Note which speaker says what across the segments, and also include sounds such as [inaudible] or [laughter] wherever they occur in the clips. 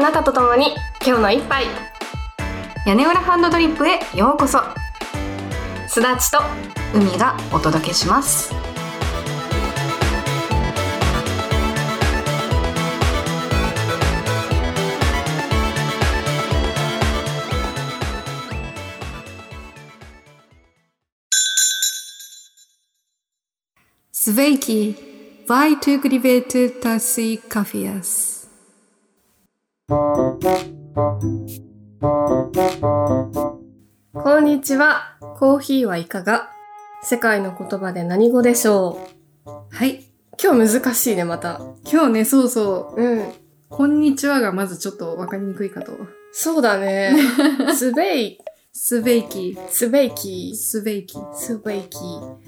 Speaker 1: なたと共に今日の一杯
Speaker 2: 屋根裏ハンドドリップへようこそ
Speaker 1: すだちと
Speaker 2: 海がお届けします
Speaker 3: スベイキー、バイトゥグリベートタシーカフィアス。
Speaker 1: こんにちはコーヒーはいかが世界の言葉で何語でしょう
Speaker 3: はい。
Speaker 1: 今日難しいねまた
Speaker 3: 今日ね、そうそう。
Speaker 1: うん
Speaker 3: こんにちはがまずちょっとわかりにくいかと。
Speaker 1: そうだ [laughs] ねスベイ
Speaker 3: スベイキー、
Speaker 1: スベイキー
Speaker 3: スベイキー。い
Speaker 1: スベイキー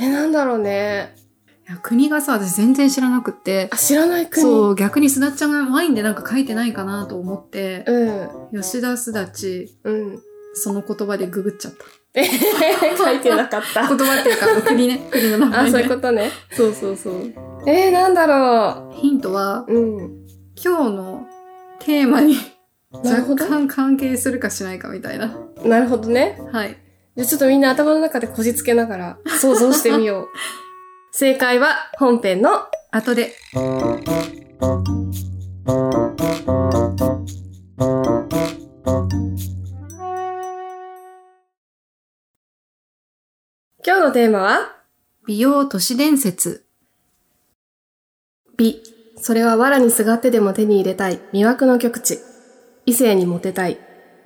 Speaker 1: えなんだろうね
Speaker 3: や国がさ、私全然知らなくって
Speaker 1: あ。知らない国
Speaker 3: そう、逆にすだっちゃんがワインでなんか書いてないかなと思って、
Speaker 1: うん
Speaker 3: 吉田すだち、
Speaker 1: うん
Speaker 3: その言葉でググっちゃった。
Speaker 1: え [laughs] 書いてなかった
Speaker 3: 言葉っていうか、国ね。 [laughs] 国の名前、
Speaker 1: あ
Speaker 3: ね。
Speaker 1: そういうことね
Speaker 3: そうそうそう。
Speaker 1: えー、なんだろ
Speaker 3: ヒントは、
Speaker 1: ううん
Speaker 3: 今日のテーマ [laughs] に
Speaker 1: なるほ
Speaker 3: 若
Speaker 1: ど
Speaker 3: 干関係するかしないかみたいな。
Speaker 1: なるほどね
Speaker 3: はい。
Speaker 1: じゃあちょっとみんな頭の中でこじつけながら想像してみ [laughs] よう。正解は本編の
Speaker 3: 後で。
Speaker 1: 今日のテーマは
Speaker 3: 美容都市伝説。
Speaker 1: 美。それは藁にすがってでも手に入れたい魅惑の極地。異性にモテたい。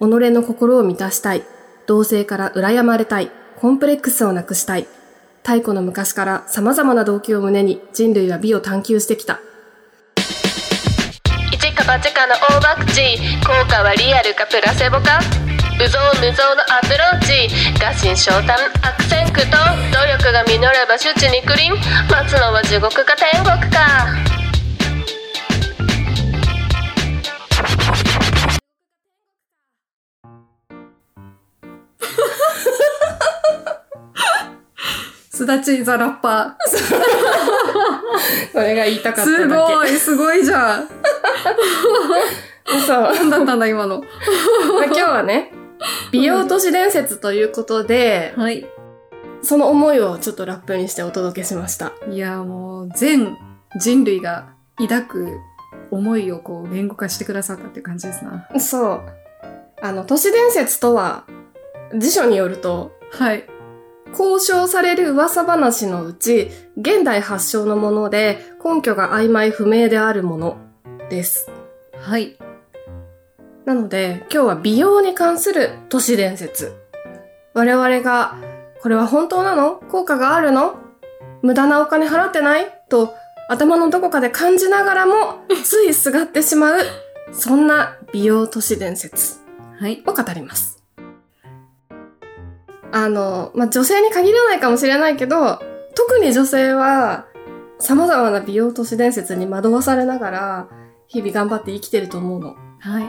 Speaker 1: 己の心を満たしたい。同性から羨まれたい。コンプレックスをなくしたい。太古の昔から様々な動機を胸に人類は美を探求してきた。
Speaker 4: 一か八かの大ワクチン効果はリアルかプラセボか無造無造のアプローチ合心昇胆悪戦苦闘努力が実れば周知にクリン待つのは地獄か天国か
Speaker 3: すだちザラッパ
Speaker 1: それが言いた
Speaker 3: ー。すごい、すごいじゃん。
Speaker 1: そう。
Speaker 3: 何だったんだ、今の。
Speaker 1: まあ今日はね、美容都市伝説ということで、
Speaker 3: はい。
Speaker 1: その思いをちょっとラップにしてお届けしました。
Speaker 3: いや、もう、全人類が抱く思いをこう、言語化してくださったっていう感じですな。
Speaker 1: そう。あの、都市伝説とは、辞書によると、
Speaker 3: はい。
Speaker 1: 交渉される噂話のうち、現代発祥のもので、根拠が曖昧不明であるものです。
Speaker 3: はい。
Speaker 1: なので、今日は美容に関する都市伝説。我々が、これは本当なの効果があるの無駄なお金払ってないと、頭のどこかで感じながらも、ついすがってしまう、そんな美容都市伝説
Speaker 3: はい。
Speaker 1: を語ります。あの、まあ、女性に限らないかもしれないけど、特に女性は、様々な美容都市伝説に惑わされながら、日々頑張って生きてると思うの。
Speaker 3: はい。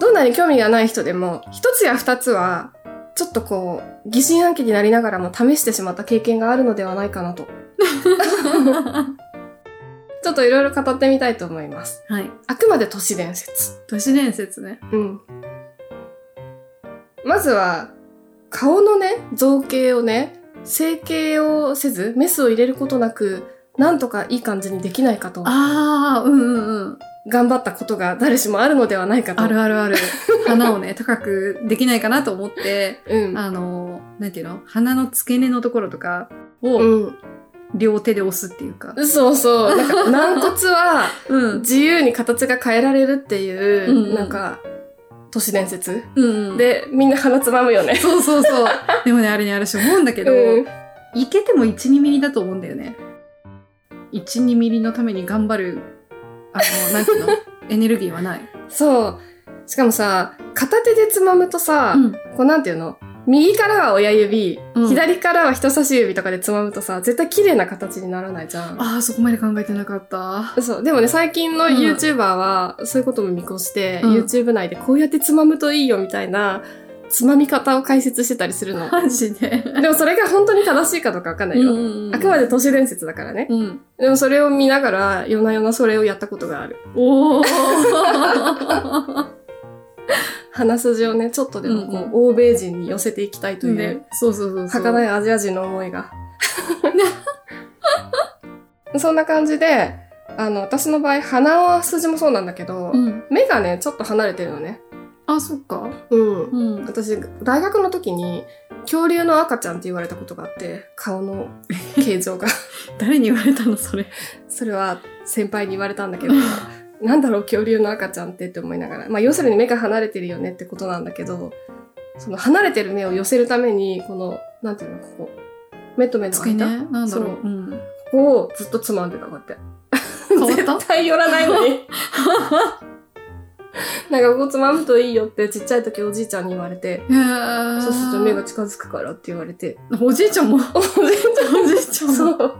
Speaker 1: どんなに興味がない人でも、一つや二つは、ちょっとこう、疑心暗鬼になりながらも試してしまった経験があるのではないかなと。ちょっといろいろ語ってみたいと思います。
Speaker 3: はい。
Speaker 1: あくまで都市伝説。
Speaker 3: 都市伝説ね。
Speaker 1: うん。まずは、顔のね、造形をね、整形をせず、メスを入れることなく、なんとかいい感じにできないかと、
Speaker 3: あー、うんうんうん。
Speaker 1: 頑張ったことが誰しもあるのではないかと。
Speaker 3: あるあるある。花をね、高くできないかなと思って、
Speaker 1: うん。
Speaker 3: あの、なんていうの鼻の付け根のところとかを
Speaker 1: うん。
Speaker 3: 両手で押すっていうか。
Speaker 1: そうそう。なんか、軟骨は
Speaker 3: うん。うん
Speaker 1: 自由に形が変えられるっていう、
Speaker 3: うんうん
Speaker 1: なんか、都市伝説。
Speaker 3: うんで、
Speaker 1: で、みんな鼻つまむよね。
Speaker 3: そうそうそう。でもね、あれね、私思うんだけど、
Speaker 1: うん
Speaker 3: いけても1、2ミリだと思うんだよね。1、2ミリのために頑張る、あの、なんて [laughs] いうのエネルギーはない。
Speaker 1: そう。しかもさ、片手でつまむとさ、
Speaker 3: うん。
Speaker 1: こうなんていうの右からは親指、
Speaker 3: うん
Speaker 1: 左からは人差し指とかでつまむとさ、絶対綺麗な形にならないじゃん。
Speaker 3: ああ、そこまで考えてなかった。
Speaker 1: そう。でもね、最近の
Speaker 3: うん
Speaker 1: YouTuber は、そういうことも見越して、
Speaker 3: うん
Speaker 1: YouTube 内でこうやってつまむといいよみたいな、つまみ方を解説してたりするの。
Speaker 3: マジで。
Speaker 1: [laughs] でもそれが本当に正しいかどうかわかんないよ。あくまで都市伝説だからね。
Speaker 3: うん。
Speaker 1: でもそれを見ながら、夜な夜なそれをやったことがある。
Speaker 3: おー。
Speaker 1: 鼻筋をね、ちょっとでもこう、
Speaker 3: うん
Speaker 1: 欧米人に寄せていきたいという、
Speaker 3: ね、そうそうそうそう。
Speaker 1: 儚
Speaker 3: い。
Speaker 1: いアジア人の思
Speaker 3: [laughs]
Speaker 1: いが。そんな感じで、あの、私の場合、鼻は筋もそうなんだけど、
Speaker 3: うん。
Speaker 1: 目がね、ちょっと離れてるのね。
Speaker 3: あ、そっか。
Speaker 1: うん。
Speaker 3: うん。
Speaker 1: 私、大学の時に、恐竜の赤ちゃんって言われたことがあって、顔の形状
Speaker 3: [laughs]
Speaker 1: が。
Speaker 3: 誰に言われたのそれ。
Speaker 1: それは先輩に言われたんだけど、なんだろう恐竜の赤ちゃんってって思いながら。まあ要するに目が離れてるよねってことなんだけど、その離れてる目を寄せるために、この、なんていうの、ここ。目と目の
Speaker 3: 付け
Speaker 1: 間、
Speaker 3: ね。なんだろ
Speaker 1: そう
Speaker 3: う。うん。
Speaker 1: ここをずっとつまんでた、こうやって。
Speaker 3: 変わった
Speaker 1: 絶対寄らないのに。 [laughs] なんかここつまむといいよってちっちゃい時おじいちゃんに言われて、
Speaker 3: へー
Speaker 1: そうすると目が近づくからって言われて、
Speaker 3: おじいちゃんも。
Speaker 1: [laughs]
Speaker 3: おじいちゃん。おじいちゃんも。
Speaker 1: そう。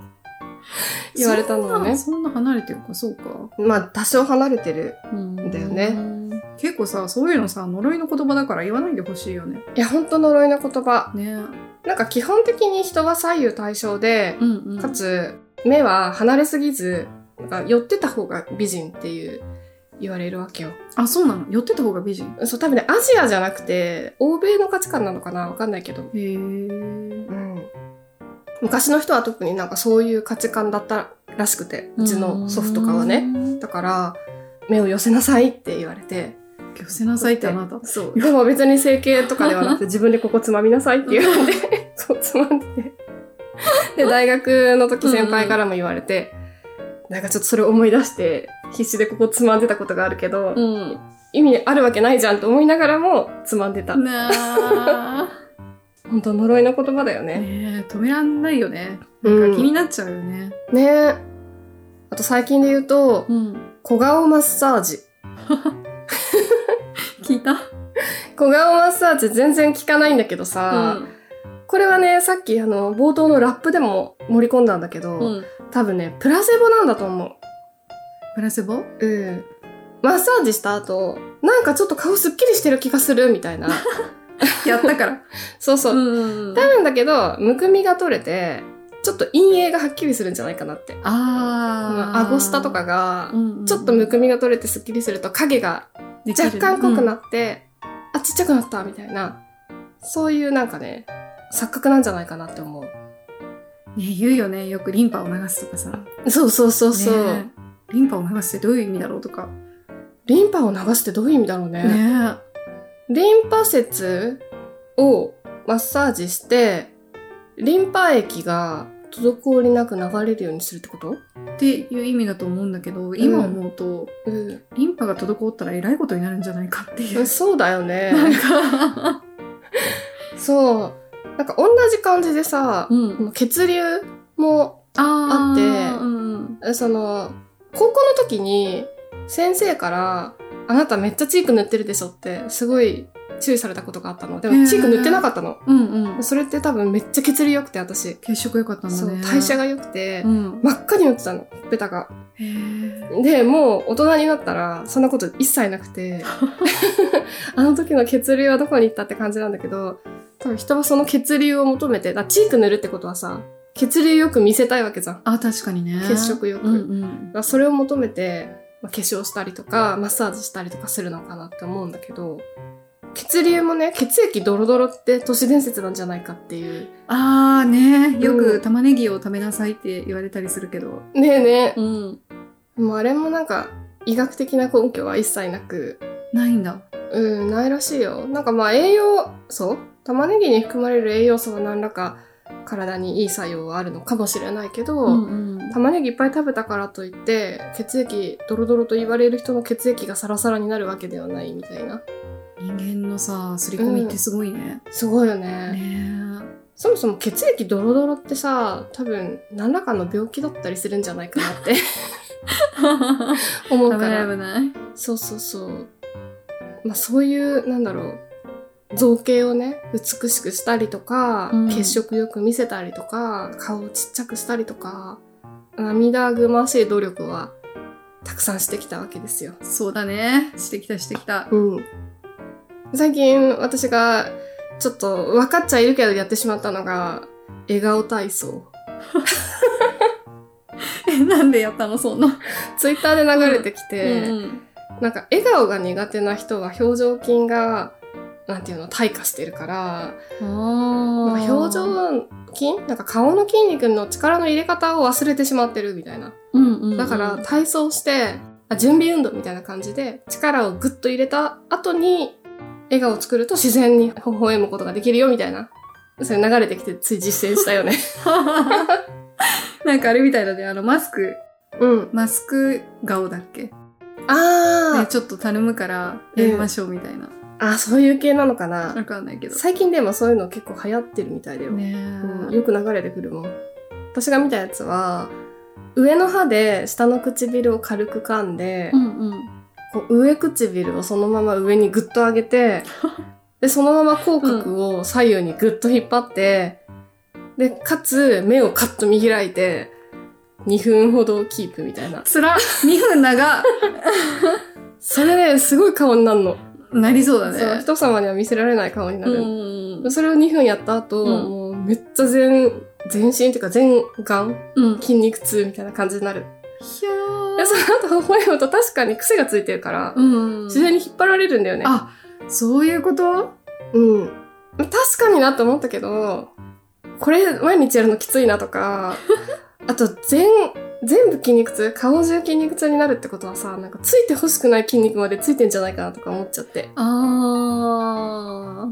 Speaker 1: 言われたのをね。
Speaker 3: そんなそんな離れてるか、そうか。
Speaker 1: まあ多少離れてる。
Speaker 3: うん
Speaker 1: だよね。
Speaker 3: 結構さ、そういうのさ、呪いの言葉だから言わないでほしいよね。
Speaker 1: いや、本当呪いの言葉。
Speaker 3: ね。
Speaker 1: なんか基本的に人は左右対称で、
Speaker 3: うんうん。
Speaker 1: かつ目は離れすぎず、なんか寄ってた方が美人っていう言われるわけよ。
Speaker 3: あ、そうなの寄ってた方が美人。
Speaker 1: そう、多分ね、アジアじゃなくて、欧米の価値観なのかなわかんないけど。
Speaker 3: へえ。
Speaker 1: うん。昔の人は特になんかそういう価値観だったらしくて、うちの祖父とかはね。
Speaker 3: ね。
Speaker 1: だから、目を寄せなさいって言われて。
Speaker 3: 寄せなさいってあなた。
Speaker 1: そう。でも別に整形とかでは [laughs] なくて、自分でここつまみなさいって言われて、そう、つまんで [laughs] て。で、大学の時先輩からも言われて、なんかちょっとそれを思い出して、必死でここつまんでたことがあるけど、
Speaker 3: うん。
Speaker 1: 意味あるわけないじゃんと思いながらも、つまんで
Speaker 3: [laughs]
Speaker 1: た。
Speaker 3: なあ。
Speaker 1: 本当呪いの言葉だよね。
Speaker 3: ねえ、止めらんないよね。
Speaker 1: う
Speaker 3: なん
Speaker 1: ん
Speaker 3: か気になっちゃうよね。
Speaker 1: ねえ。あと最近で言うと、
Speaker 3: うん。
Speaker 1: 小顔マッサージ。
Speaker 3: 聞いた
Speaker 1: 小顔マッサージ全然効かないんだけどさ、これはね、さっきあの、冒頭のラップでも盛り込んだんだけど、
Speaker 3: うん。
Speaker 1: 多分ね、プラセボなんだと思
Speaker 3: プラセボ
Speaker 1: う。うん。マッサージした後、なんかちょっと顔すっきりしてる気がするみ
Speaker 3: [laughs]
Speaker 1: たいな。
Speaker 3: やったから。 [laughs]
Speaker 1: そうそうう。
Speaker 3: んうん。
Speaker 1: 多分だけど、むくみが取れて、ちょっと陰影がはっきりするんじゃないかなって。
Speaker 3: ああ。
Speaker 1: 顎下とかが
Speaker 3: う、んうん、
Speaker 1: ちょっとむくみが取れてすっきりすると影が若干濃くな
Speaker 3: っ
Speaker 1: って、あ、ちっちゃくなったみたいな。そういうなんかね、錯覚なんじゃないかなって思う。
Speaker 3: ね言うよね。よくリンパを流すとかさ。
Speaker 1: そうそうそうそう。
Speaker 3: ねえリンパを流すってどういう意味だろうとか。
Speaker 1: リンパを流すってどういう意味だろうね。
Speaker 3: ね
Speaker 1: リンパ節をマッサージして、リンパ液が滞りなく流れるようにするってこと
Speaker 3: え。っていう意味だと思うんだけど、今思うと、
Speaker 1: う
Speaker 3: リンパが滞ったらえらいことになるんじゃないかっていう。
Speaker 1: ん。そうだよね。 [laughs]
Speaker 3: なんか、
Speaker 1: そう。なんか同じ感じでさ、
Speaker 3: うん
Speaker 1: この血流も、
Speaker 3: あー
Speaker 1: あって
Speaker 3: うん
Speaker 1: えその、高校の時に先生から、あなためっちゃチーク塗ってるでしょって、すごい注意されたことがあったの。で
Speaker 3: へ
Speaker 1: も
Speaker 3: ー
Speaker 1: チーク塗ってなかったの。
Speaker 3: うんうん。
Speaker 1: それって多分めっちゃ血流良くて、私。
Speaker 3: 血色良かったんだ
Speaker 1: そう
Speaker 3: ね。
Speaker 1: 代謝が良くて、
Speaker 3: うん。
Speaker 1: 真っ赤に塗ってたの、ベタが。
Speaker 3: へえ。
Speaker 1: で、もう大人になったら、そんなこと一切なくて、あの時の血流はどこに行ったって感じなんだけど、多分人はその血流を求めて、だからチーク塗るってことはさ、血流よく見せたいわけじゃん。だか
Speaker 3: あ、確かにね。
Speaker 1: 血色良く
Speaker 3: うんうん。
Speaker 1: らそれを求めて、まあ化粧したりとか、マッサージしたりとかするのかなって思うんだけど、血流もね、血液ドロドロって都市伝説なんじゃないかっていう。
Speaker 3: ああね、よ
Speaker 1: うん
Speaker 3: く玉ねぎを食べなさいって言われたりするけど。
Speaker 1: ねえね
Speaker 3: うん。
Speaker 1: え。もうあれもなんか、医学的な根拠は一切なく、
Speaker 3: ないんだ。
Speaker 1: うん、ないらしいよ。なんかまあ栄養素玉ねぎに含まれる栄養素は何らか体にいい作用はあるのかもしれないけど、
Speaker 3: うんうん。
Speaker 1: 玉ねぎいっぱい食べたからといって、血液ドロドロと言われる人の血液がサラサラになるわけではないみたいな。
Speaker 3: 人間のさ、すり込みってすごいね。
Speaker 1: すごいよね。
Speaker 3: ね
Speaker 1: そもそも血液ドロドロってさ、多分何らかの病気だったりするんじゃないかなって [laughs] 思う
Speaker 3: 危
Speaker 1: か
Speaker 3: ない
Speaker 1: ら。
Speaker 3: 危ない。
Speaker 1: そうそうそう。まあそういう、なんだろう、造形をね、美しくしたりとか、
Speaker 3: うん
Speaker 1: 血色よく見せたりとか、顔をちっちゃくしたりとか、涙ぐましい努力はたくさんしてきたわけですよ。
Speaker 3: そうだね。してきたしてきた。 [laughs]
Speaker 1: うん。最近私がちょっと分かっちゃいるけどやってしまったのが笑顔体操。
Speaker 3: えなんでやったのそんな、
Speaker 1: ツイッターで流れてきて、
Speaker 3: うん
Speaker 1: なんか笑顔が苦手な人は表情筋がなんていうの退化してるから、
Speaker 3: あ
Speaker 1: なんか表情筋なんか顔の筋肉の力の入れ方を忘れてしまってるみたいな。
Speaker 3: うんうんうん
Speaker 1: だから体操して、あ準備運動みたいな感じで力をグッと入れた後に笑顔を作ると自然に微笑むことができるよみたいな。それ流れてきてつい実践したよね。
Speaker 3: [laughs] [laughs] なんかあれみたいだねあのマスク
Speaker 1: うん。
Speaker 3: マスク顔だっけ、ね、
Speaker 1: あー、
Speaker 3: ちょっとたるむからやりましょうみたいな、
Speaker 1: あ、そういう系なのかな。
Speaker 3: わかんないけど
Speaker 1: 最近でもそういうの結構流行ってるみたいだよ。
Speaker 3: ねえ、
Speaker 1: うんよく流れてくるもん。私が見たやつは、上の歯で下の唇を軽く噛んで、
Speaker 3: うんうん
Speaker 1: こう上唇をそのまま上にグッと上げて、
Speaker 3: [laughs]
Speaker 1: で、そのまま口角を左右にグッと引っ張って、で、かつ目をカッと見開いて、2分ほどキープみたいな。
Speaker 3: つら2分長
Speaker 1: それね、すごい顔になるの。
Speaker 3: なりそうだ
Speaker 1: そう、
Speaker 3: ね
Speaker 1: 人様には見せられない顔にな
Speaker 3: う
Speaker 1: る。
Speaker 3: ん
Speaker 1: それを2分やった後、
Speaker 3: うん
Speaker 1: もうめっちゃ全、全身っていうか全顔
Speaker 3: うん
Speaker 1: 筋肉痛みたいな感じになる。
Speaker 3: ひゃ
Speaker 1: で、
Speaker 3: ー
Speaker 1: その後微笑むと確かに癖がついてるから、
Speaker 3: うん
Speaker 1: 自然に引っ張られるんだよね。
Speaker 3: あそういうこと
Speaker 1: うん。確かになって思ったけど、これ毎日やるのきついなと
Speaker 3: [laughs]
Speaker 1: か、あと全、全部筋肉痛顔中筋肉痛になるってことはさ、なんかついてほしくない筋肉までついてんじゃないかなとか思っちゃって。
Speaker 3: あ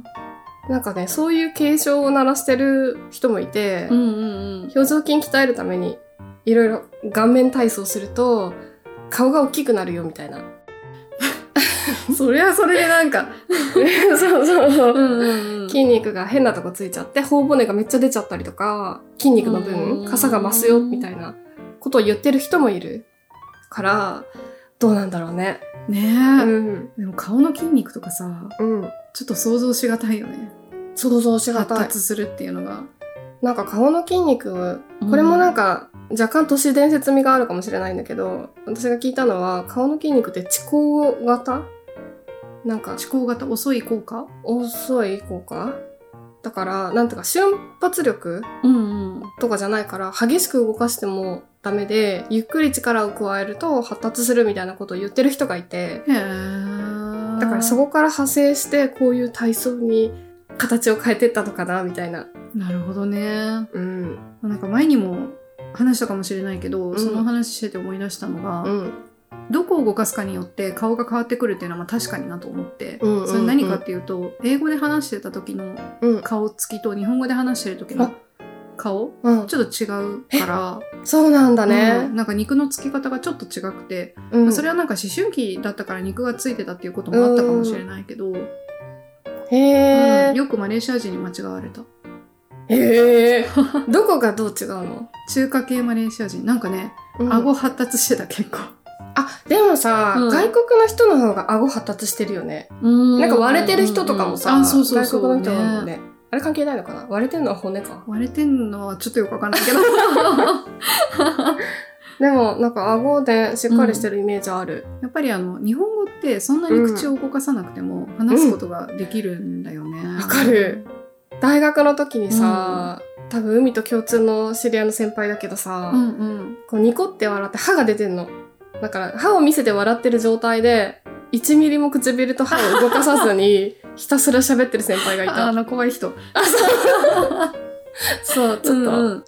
Speaker 1: なんかね、そういう警鐘を鳴らしてる人もいて、
Speaker 3: うんうんうん
Speaker 1: 表情筋鍛えるために、いろいろ顔面体操すると、顔が大きくなるよみた
Speaker 3: [laughs]
Speaker 1: いな。
Speaker 3: それはそれでなんか
Speaker 1: そうそうそう。
Speaker 3: んうん
Speaker 1: 筋肉が変なとこついちゃって頬骨がめっちゃ出ちゃったりとか筋肉の
Speaker 3: う
Speaker 1: 分
Speaker 3: ん
Speaker 1: かさが増すよみたいなことを言ってる人もいるからどうなんだろうね。う
Speaker 3: ねえ、
Speaker 1: ん
Speaker 3: でも顔の筋肉とかさ
Speaker 1: うん
Speaker 3: ちょっと想像しがたいよね
Speaker 1: 想像しが
Speaker 3: 発
Speaker 1: たい
Speaker 3: 達するっていうのが
Speaker 1: なんか顔の筋肉これもなんか若干都市伝説味があるかもしれないんだけど私が聞いたのは顔の筋肉って遅行型なんか
Speaker 3: 思考型遅い効果
Speaker 1: 遅い効果だからなんていうか瞬発力
Speaker 3: うんうん
Speaker 1: とかじゃないから激しく動かしてもダメでゆっくり力を加えると発達するみたいなことを言ってる人がいて
Speaker 3: へえ
Speaker 1: だからそこから派生してこういう体操に形を変えてったのかなみたいな。
Speaker 3: なるほどね
Speaker 1: うん。
Speaker 3: なんか前にも話したかもしれないけど、
Speaker 1: ん
Speaker 3: その話してて思い出したのが、
Speaker 1: うん。
Speaker 3: どこを動かすかによって顔が変わってくるっていうのはまあ確かになと思って、
Speaker 1: うんうんうん
Speaker 3: それ何かっていうと英語で話してた時の
Speaker 1: うん。
Speaker 3: 顔つきと日本語で話してる時
Speaker 1: あ
Speaker 3: の顔
Speaker 1: うん。
Speaker 3: ちょっと違うから、
Speaker 1: そうなんだ
Speaker 3: う
Speaker 1: ね。
Speaker 3: んなんか肉のつき方がちょっと違くて、
Speaker 1: うん。
Speaker 3: それはなんか思春期だったから肉がついてたっていうこともあったかもしれないけど、う
Speaker 1: へ
Speaker 3: ん
Speaker 1: え。
Speaker 3: よくマレーシア人に間違われた
Speaker 1: へえ。 [laughs] どこがどう違うの
Speaker 3: 中華系マレーシア人なんかね、
Speaker 1: うん
Speaker 3: 顎発達してた結構
Speaker 1: あ、でもさ、
Speaker 3: うん
Speaker 1: 外国の人の方が顎発達してるよね。
Speaker 3: な
Speaker 1: なんか割れてる人とかもさ、
Speaker 3: あそうそうそう
Speaker 1: 外国の人だもんね。あれ関係ないのかな割れてるのは骨か。
Speaker 3: 割れてんのはちょっとよくわかんないけ
Speaker 1: [laughs]
Speaker 3: ど
Speaker 1: でも、なんか顎でしっかりしてるイメージある。
Speaker 3: やっぱりあの日本語ってそんなに口を動かさなくても話すことができるんだよね。
Speaker 1: わかる。大学の時にさ、多分海と共通の知り合いの先輩だけどさ、
Speaker 3: うんうん。
Speaker 1: こうニコって笑って歯が出てんの。だから歯を見せて笑ってる状態で、1ミリも唇と歯を動かさず [laughs] に、ひたすら喋ってる先輩がい
Speaker 3: ああ
Speaker 1: た。
Speaker 3: の怖い人。
Speaker 1: そう、ちょっと、
Speaker 3: うんうん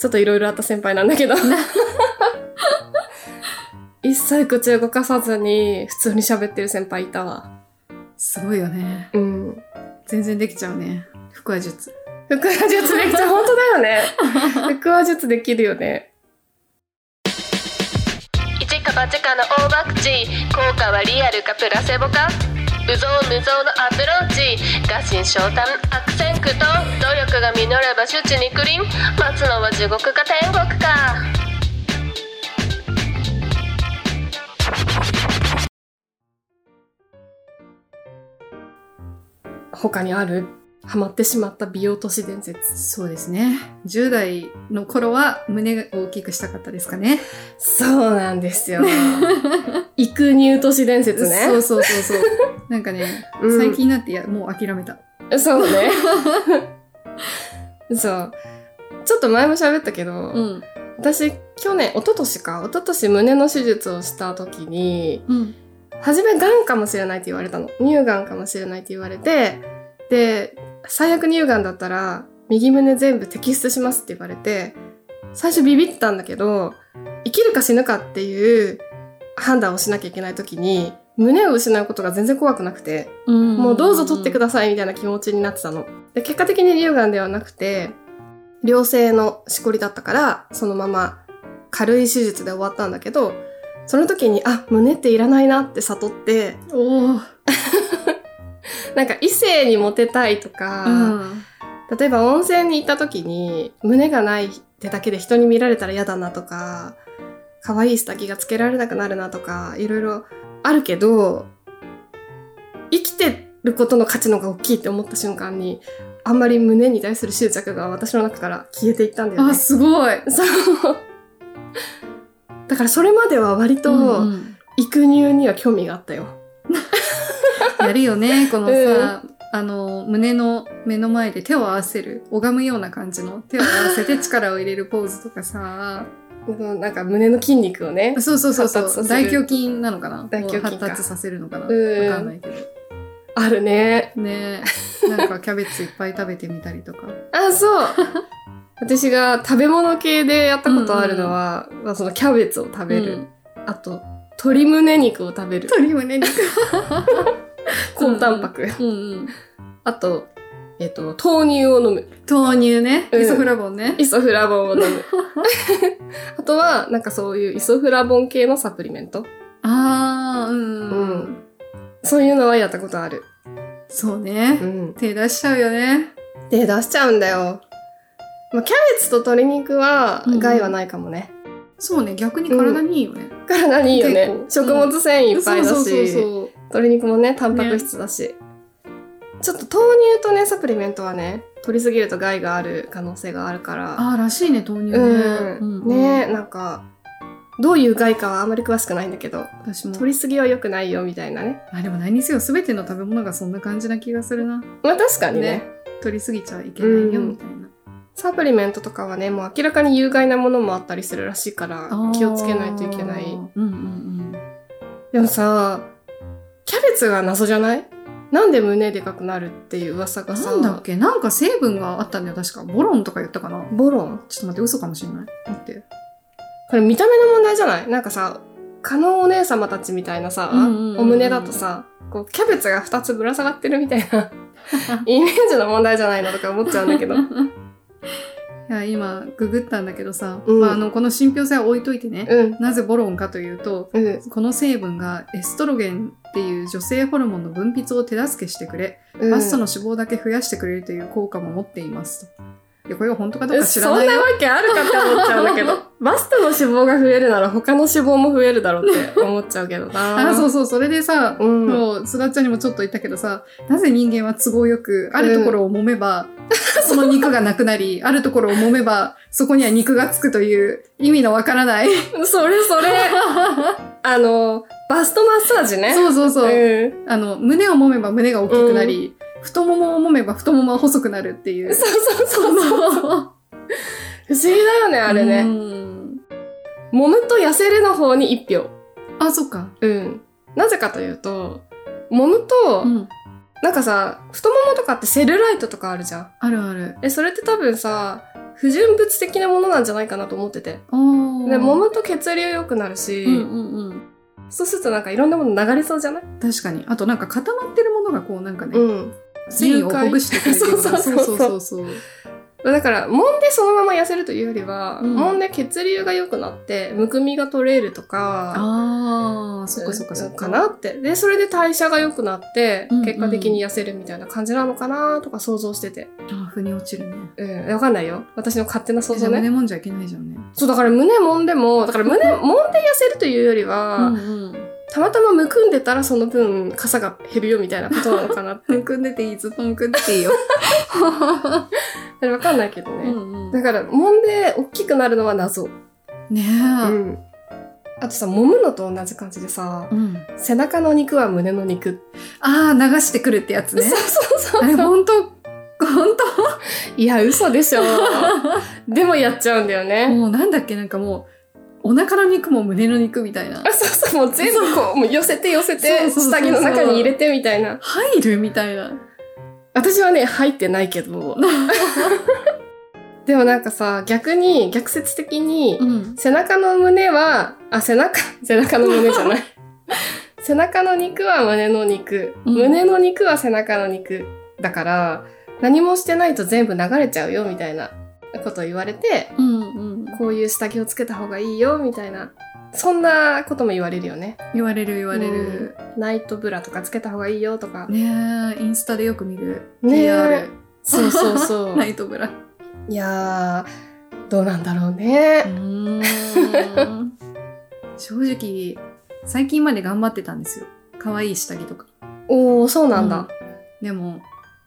Speaker 1: ちょっといろいろあった先輩なんだけ [laughs] ど。一切口動かさずに、普通に喋ってる先輩いたわ。
Speaker 3: すごいよね。
Speaker 1: うん。
Speaker 3: 全然できちゃうね。腹話術。
Speaker 1: 腹話術できちゃう。本当だよ [laughs] ね。腹話術できるよね。
Speaker 4: 一か八かの大ワクチン効果はリアルかプラセボか無造無造のアプローチ合心昇胆悪戦苦闘努力が実れば手地にクリン待つのは地獄か天国か
Speaker 1: 他にあるハマってしまった美容都市伝説。
Speaker 3: そうですね。10代の頃は胸を大きくしたかったですかね。
Speaker 1: [laughs] そうなんですよ。育乳都市伝説ね。 [laughs]
Speaker 3: そうそうそうそう。なんかね、
Speaker 1: うん
Speaker 3: 最近になってやもう諦めた。
Speaker 1: そう [laughs] ね。そう。ちょっと前も喋ったけど、
Speaker 3: うん。
Speaker 1: 私、去年、一昨年か、一昨年胸の手術をした時に、
Speaker 3: うん。
Speaker 1: 初め癌かもしれないって言われたの。乳がんかもしれないって言われて、で、最悪乳がんだったら、右胸全部摘出しますって言われて、最初ビビったんだけど、生きるか死ぬかっていう判断をしなきゃいけない時に、胸を失うことが全然怖くなくて、もうどうぞ取ってく
Speaker 3: だ
Speaker 1: ださいみたいな気持ちになってたの。で、結果的に乳がんではなくて、良性のしこりだったから、そのまま軽い手術で終わったんだけど、その時に、あ、胸っていらないなって悟って、
Speaker 3: い。おー
Speaker 1: なんか異性にモテたいとか、
Speaker 3: うん。
Speaker 1: 例えば温泉に行った時に、胸がないってだけで人に見られたら嫌だなとか、可愛い下着がつけられなくなるなとか、いろいろあるけど、生きてることの価値の方が大きいって思った瞬間に、あんまり胸に対する執着が私の中から消えていったんだよ
Speaker 3: あ、
Speaker 1: ね。
Speaker 3: すごい。
Speaker 1: そう。だからそれまでは割と、
Speaker 3: うんうん
Speaker 1: 育乳には興味があったよ。
Speaker 3: やるよね、このさ、あの、胸の目の前で手を合わせる、拝むような感じの、手を合わせて力を入れるポーズとかさ、
Speaker 1: うんなんか胸の筋肉をね、
Speaker 3: そうそうそうそ
Speaker 1: [laughs] 発達さ
Speaker 3: う、
Speaker 1: せ
Speaker 3: 大
Speaker 1: る
Speaker 3: 胸筋なのかな
Speaker 1: 大胸筋か
Speaker 3: 発達させるのかなわ
Speaker 1: うん
Speaker 3: かんないけど。
Speaker 1: あるね。
Speaker 3: ねなんかキャベツいっぱい食べてみたりとか。
Speaker 1: あ、そう [laughs] 私が食べ物系でやったことあるのは、まあ、そのキャベツを食べる。
Speaker 3: うん
Speaker 1: あと、鶏胸肉を食
Speaker 3: [laughs]
Speaker 1: べる。
Speaker 3: 鶏胸肉。
Speaker 1: 高タンパク。
Speaker 3: うんうん。
Speaker 1: あと、えっ、と、豆乳を飲む。
Speaker 3: 豆乳ね。
Speaker 1: うん
Speaker 3: イソフラボンね。
Speaker 1: イソフラボンを
Speaker 3: [laughs]
Speaker 1: 飲む。あとは、なんかそういうイソフラボン系のサプリメント。
Speaker 3: あー、うん。
Speaker 1: うんそういうのはやったことある。
Speaker 3: そう
Speaker 1: う
Speaker 3: ね。
Speaker 1: ん。
Speaker 3: 手出しちゃうよね。
Speaker 1: で、出しちゃうんだよ。まあ、キャベツと鶏肉は
Speaker 3: うん
Speaker 1: 害はないかもね。
Speaker 3: そうね、逆に体にいいよね。
Speaker 1: 体にいいよね。
Speaker 3: 結
Speaker 1: 食
Speaker 3: 構うん
Speaker 1: 物繊維いっぱいだし。
Speaker 3: そうそうそう
Speaker 1: 鶏肉もねタンパク質だし、ちょっと豆乳とねサプリメントはね取りすぎると害がある可能性があるから
Speaker 3: あーらしいね豆乳ね。
Speaker 1: うん
Speaker 3: うん
Speaker 1: ねなんかどういう害かはあまり詳しくないんだけど
Speaker 3: 私も。
Speaker 1: 取りすぎは良くないよみたいなね
Speaker 3: あでも何にせよ全ての食べ物がそんな感じな気がするな。
Speaker 1: まあ確かにね
Speaker 3: ね取りすぎちゃいけないよ
Speaker 1: うん
Speaker 3: みたいな。
Speaker 1: サプリメントとかはねもう明らかに有害なものもあったりするらしいから
Speaker 3: あー
Speaker 1: 気をつけないといけない
Speaker 3: うんうん
Speaker 1: でもさキャベツが謎じゃないなんで胸でかくなるっていう噂
Speaker 3: う
Speaker 1: が
Speaker 3: ん。
Speaker 1: さ
Speaker 3: なんだっけなんか成分があったんだよ確か。ボロンとか言ったかな。
Speaker 1: ボロン
Speaker 3: ちょっと待って嘘かもしれない。待って。
Speaker 1: これ見た目の問題じゃないなんかさ、カノお姉様たちみたいなさ、
Speaker 3: うんうんうんうん
Speaker 1: お胸だとさ、こう、キャベツが2つぶら下がってるみたいな、 [laughs] イメージの問題じゃないのとか思っちゃうんだ
Speaker 3: [laughs]
Speaker 1: けど。うん。
Speaker 3: いや今ググったんだけどさ、
Speaker 1: うん
Speaker 3: まあ、あのこの信憑性は置いといてね、
Speaker 1: うん。
Speaker 3: なぜボロンかというと
Speaker 1: うん。
Speaker 3: この成分がエストロゲンっていう女性ホルモンの分泌を手助けしてくれバストの脂肪だけ増やしてくれるという効果も持っていますと。いや、これは本当かどう
Speaker 1: え
Speaker 3: か知
Speaker 1: そ
Speaker 3: らなんい
Speaker 1: な
Speaker 3: よ。
Speaker 1: わけあるかって思っちゃうんだけ [laughs] ど。バストの脂肪が増えるなら他の脂肪も増えるだろうって思っちゃうけどな。。
Speaker 3: あ、そううそう、それでさ、
Speaker 1: うん
Speaker 3: もう、すだっちゃんにもちょっと言ったけどさ、なぜ人間は都合よく、あるところを揉め [laughs] ば、その肉がなくなり、あるところを揉めば、そこには肉がつくという意味のわからない。
Speaker 1: それそ
Speaker 3: [laughs]
Speaker 1: れ。あの、バストマッサージね。
Speaker 3: そうそうそう。
Speaker 1: うん
Speaker 3: あの、胸を揉めば胸が大きくなり、太ももを揉めば太ももは細くなるっていう。
Speaker 1: そうそうそうそう。
Speaker 3: [laughs]
Speaker 1: 不思議だよね、あれ
Speaker 3: う
Speaker 1: ね。
Speaker 3: ん
Speaker 1: 揉むと痩せるの方に1票。
Speaker 3: あ、そっか。
Speaker 1: うん。なぜかというと、揉むと、
Speaker 3: うん。
Speaker 1: なんかさ、太ももとかってセルライトとかあるじゃん。
Speaker 3: あるある。
Speaker 1: え、それって多分さ、不純物的なものなんじゃないかなと思ってて。
Speaker 3: あー
Speaker 1: で、揉むと血流良くなるし、
Speaker 3: うんうんうん。
Speaker 1: そうするとなんかいろんなもの流れそうじゃない
Speaker 3: 確かに。あとなんか固まってるものがこうなんかね、
Speaker 1: うん。
Speaker 3: 繊維をほぐしてくれるような。
Speaker 1: 誘
Speaker 3: そ
Speaker 1: 拐
Speaker 3: うそうそうそう。
Speaker 1: だから、揉んでそのまま痩せるというよりは、
Speaker 3: うん
Speaker 1: 揉んで血流が良くなって、むくみが取れるとか、
Speaker 3: ああ、そっかそっかそっか。
Speaker 1: なって。で、それで代謝が良くなって
Speaker 3: うんう、ん
Speaker 1: 結果的に痩せるみたいな感じなのかなとか想像してて。
Speaker 3: あー腑に落ちるね。
Speaker 1: うん、わかんないよ。私の勝手な想
Speaker 3: じゃ
Speaker 1: 像
Speaker 3: あ
Speaker 1: ね
Speaker 3: 胸。もんじゃいけないじゃんね。
Speaker 1: そう、だから胸揉んでも、だから胸揉んで痩せるというよりは、
Speaker 3: うんうん。
Speaker 1: たまたまむくんでたらその分、傘が減るよみたいなことなのかなって。
Speaker 3: むくんでていい、ずっとむくんでていいよ。
Speaker 1: [laughs] わかんないけど
Speaker 3: う
Speaker 1: ね。
Speaker 3: んうん
Speaker 1: だから、揉んで大きくなるのは謎。
Speaker 3: ね
Speaker 1: う
Speaker 3: え。
Speaker 1: ん。あとさ、揉むのと同じ感じでさ、背中の肉は胸の肉。
Speaker 3: ああ、流してくるってやつね。
Speaker 1: そう
Speaker 3: [laughs]
Speaker 1: そ
Speaker 3: あれ、ほんと、ほんと
Speaker 1: いや、嘘でし
Speaker 3: [laughs]
Speaker 1: ょ。でもやっちゃうんだよね。
Speaker 3: もうなんだっけ、なんかもう、お腹の肉も胸の肉みたいな
Speaker 1: あ。そうそう、もう全部こう、もう寄せて寄せて、
Speaker 3: そうそうそうそう
Speaker 1: 下着の中に入れてみたいな。
Speaker 3: 入るみたいな。
Speaker 1: 私はね、入ってない
Speaker 3: [laughs]
Speaker 1: けど。でもなんかさ、逆に、逆説的に、
Speaker 3: ん。
Speaker 1: 背中の胸は、あ、背中、背中の胸じゃ
Speaker 3: [laughs]
Speaker 1: ない。背中の肉は胸の肉、
Speaker 3: うん
Speaker 1: 胸の肉は背中の肉だから、何もしてないと全部流れちゃうよみたいなことを言われて、
Speaker 3: うんうん。
Speaker 1: こういう下着をつけた方がいいよみたいな、そんなことも言われるよね。
Speaker 3: 言われる言われる。
Speaker 1: ナイトブラとかつけた方がいいよとか。
Speaker 3: ねえ、インスタでよく見る。
Speaker 1: ねえ
Speaker 3: PR。
Speaker 1: そうそう
Speaker 3: [laughs]
Speaker 1: そ
Speaker 3: ナ
Speaker 1: う。
Speaker 3: イトブラ。
Speaker 1: いやー、どうなんだろうね。
Speaker 3: 正直、最近まで頑張ってたんですよ。可愛い下着とか。
Speaker 1: おー、そうなんだ。
Speaker 3: うんでも、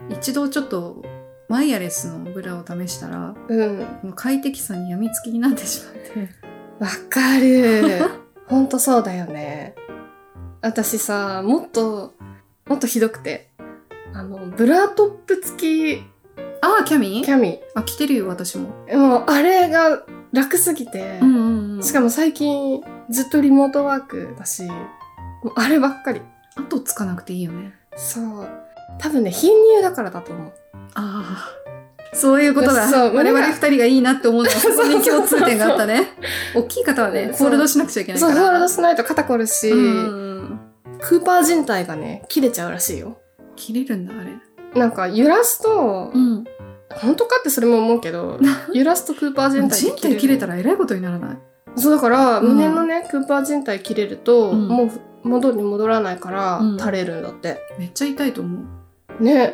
Speaker 3: 一度ちょっと、ワイヤレスのブラを試したら、
Speaker 1: うん。
Speaker 3: もう快適さに病みつきになってしまって。
Speaker 1: わかる。ほんとそうだよね。私さ、もっと、もっとひどくて。あの、ブラトップ付
Speaker 3: [laughs] ああ、キャミ
Speaker 1: きキャミ。
Speaker 3: あ、着てるよ、私も。
Speaker 1: もう、あれが楽すぎて。
Speaker 3: うん
Speaker 1: し
Speaker 3: し
Speaker 1: か
Speaker 3: かも、
Speaker 1: も最近、ずっとリモートワークだし、もうあればっかり。
Speaker 3: 後つかなくていいよね。
Speaker 1: そう。多分ね、貧乳だからだと思う。
Speaker 3: ああ。そういうことだ。
Speaker 1: そう
Speaker 3: 我
Speaker 1: 胸が
Speaker 3: 々二人がいいなって思
Speaker 1: [laughs]
Speaker 3: うのは、そこに共通点があったね。大きい方はね、
Speaker 1: そ
Speaker 3: ホ
Speaker 1: う
Speaker 3: ールドしなくちゃいけないか
Speaker 1: そう、
Speaker 3: ら。
Speaker 1: ホールドしないと肩凝るし、
Speaker 3: うん。
Speaker 1: クーパー人体がね、切れちゃうらしいよ。
Speaker 3: 切れるんだ、あれ。
Speaker 1: なんか、揺らすと、
Speaker 3: ん。
Speaker 1: 本当かってそれも思う
Speaker 3: [laughs]
Speaker 1: けど、揺らすとクーパー人体
Speaker 3: 人体切れたらえらいことにならない
Speaker 1: そうだから、
Speaker 3: うん
Speaker 1: 胸のねクーパー人体切れると、
Speaker 3: うん
Speaker 1: もう元に戻らないから、
Speaker 3: うん
Speaker 1: 垂れるんだって
Speaker 3: めっちゃ痛いと思う。
Speaker 1: ね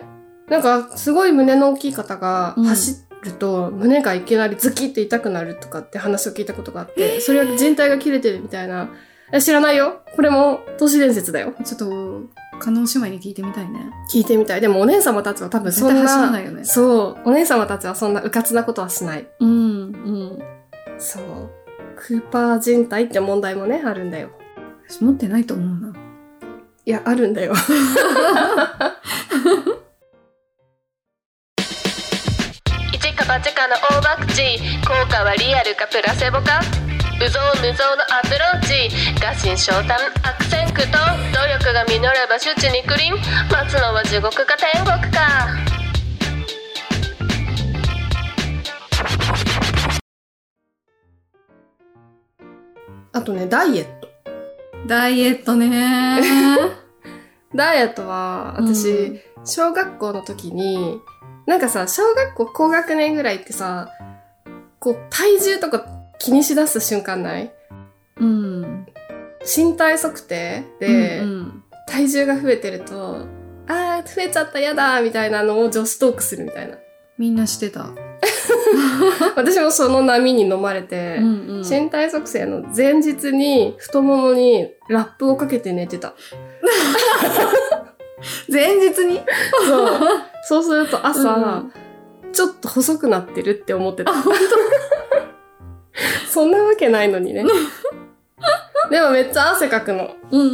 Speaker 1: なんかすごい胸の大きい方が
Speaker 3: うん
Speaker 1: 走ると、胸がいきなりズキって痛くなるとかって話を聞いたことがあって、それは人体が切れてるみたいなえ知らないよこれも都市伝説だよ
Speaker 3: ちょっと、加納姉妹に聞いてみたいね。
Speaker 1: 聞いてみたいでもお姉様たちは多分
Speaker 3: 絶
Speaker 1: そ
Speaker 3: 対
Speaker 1: ん
Speaker 3: 走ら
Speaker 1: な
Speaker 3: ないよね。
Speaker 1: そうお姉様たちはそんなうかつなことはしない
Speaker 3: うん、うん。
Speaker 1: そうクーパー人体って問題もねあるんだよ
Speaker 3: 私持ってないと思うな。
Speaker 1: いやあるんだよ
Speaker 4: [laughs] 一か八かの大ワクチン効果はリアルかプラセボか無造無造のアプローチ合心昇胆悪戦苦闘努力が実れば周知にクリン待つのは地獄か天国か
Speaker 1: あとねダイエット
Speaker 3: ダイエット [laughs] ねー。
Speaker 1: ダイエットは、私、
Speaker 3: うん
Speaker 1: 小学校の時に、なんかさ、小学校高学年ぐらいってさ、こう、体重とか気にしだす瞬間ない
Speaker 3: うん。
Speaker 1: 身体測定で、
Speaker 3: うん
Speaker 1: 体重が増えてると、あー、増えちゃった、やだー、みたいなのを女子トークするみたいな。
Speaker 3: みんなしてた。
Speaker 1: 私もその波に飲まれて、
Speaker 3: ん
Speaker 1: 身体測定の前日に太ももにラップをかけて寝てた。
Speaker 3: 前日に
Speaker 1: そう。そうすると朝、
Speaker 3: うん
Speaker 1: ちょっと細くなってるって思ってた。 [laughs] そんなわけない
Speaker 3: [laughs]
Speaker 1: のにね。でもめっちゃ汗かくの。
Speaker 3: うんう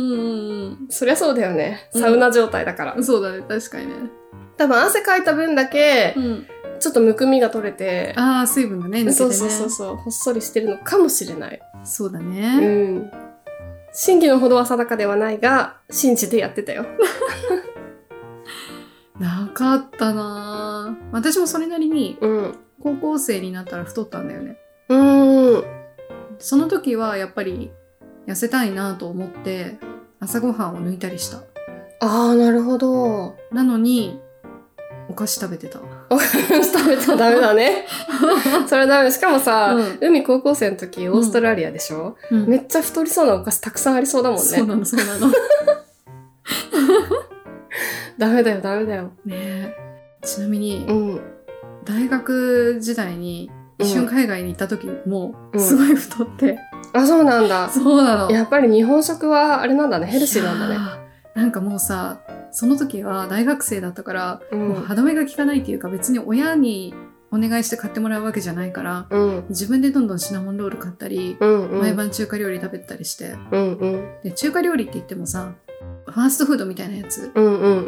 Speaker 3: ん
Speaker 1: そりゃそうだよね。サウナ状態だから。
Speaker 3: うん。そうだね、確かにね。
Speaker 1: 多分汗かいた分だけ、
Speaker 3: ん。
Speaker 1: ちょっとむくみが取れて、
Speaker 3: ああ、水分がね、抜けてね。
Speaker 1: そうそうそうそう、ほっそりしてるのかもしれない。
Speaker 3: そうだ
Speaker 1: う
Speaker 3: ね。
Speaker 1: ん。真偽のほどは定かではないが、信じてやってたよ。
Speaker 3: なかったなー私もそれなりに、
Speaker 1: うん。
Speaker 3: 高校生になったら太ったんだよね。
Speaker 1: うーん。
Speaker 3: その時はやっぱり痩せたいなと思って朝ごはんを抜いたりした。
Speaker 1: ああ、なる
Speaker 3: [laughs]
Speaker 1: ほど。
Speaker 3: なのに、お菓子食べてた。
Speaker 1: 食べたらダメ
Speaker 3: [laughs]
Speaker 1: だね。それはダメ。しかもさ、
Speaker 3: うん
Speaker 1: 海高校生の時、オーストラリアでしょ、
Speaker 3: うん
Speaker 1: めっちゃ太りそうなお菓子たくさんありそうだもん
Speaker 3: そう
Speaker 1: ね。
Speaker 3: なの、そう
Speaker 1: [laughs]
Speaker 3: なの。
Speaker 1: ダメだよ、ダメだよ。
Speaker 3: ねえちなみに、
Speaker 1: うん。
Speaker 3: 大学時代に一瞬海外に行った時も、
Speaker 1: うん
Speaker 3: すごい太って。
Speaker 1: あ、そうなんだ。
Speaker 3: そうなの。
Speaker 1: やっぱり日本食は、あれなんだね。ヘルシーなんだ
Speaker 3: い
Speaker 1: ね。
Speaker 3: やーなんかもうさ、その時は大学生だったから、
Speaker 1: う。
Speaker 3: もうん歯止めが効かないっていうか別に親にお願いして買ってもらうわけじゃないから、
Speaker 1: うん。
Speaker 3: 自分でどんどんシナモンロール買ったり、
Speaker 1: うんうん。
Speaker 3: 毎晩中華料理食べたりして、
Speaker 1: うんうん。
Speaker 3: で、中華料理って言ってもさ、ファーストフードみたいなやつ、
Speaker 1: うんうんうん。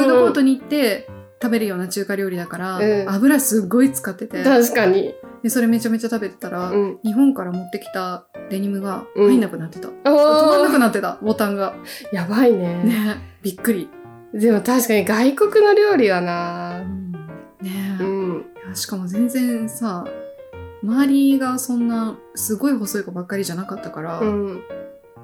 Speaker 3: フードコートに行って食べるような中華料理だから、
Speaker 1: うん
Speaker 3: 油すっごい使ってて、
Speaker 1: 確かに。
Speaker 3: で、それめちゃめちゃ食べてたら、
Speaker 1: うん。
Speaker 3: 日本から持ってきたデニムが
Speaker 1: うん
Speaker 3: 入んなくなってた。
Speaker 1: お
Speaker 3: 止まんな
Speaker 1: ー
Speaker 3: くなってた、ボタンが。
Speaker 1: やばいね。
Speaker 3: ねびっくり。
Speaker 1: でも確かに外国の料理はな。
Speaker 3: ねえ、
Speaker 1: う
Speaker 3: い
Speaker 1: ん。
Speaker 3: やしかも全然さ、周りがそんなすごい細い子ばっかりじゃなかったから、
Speaker 1: うん。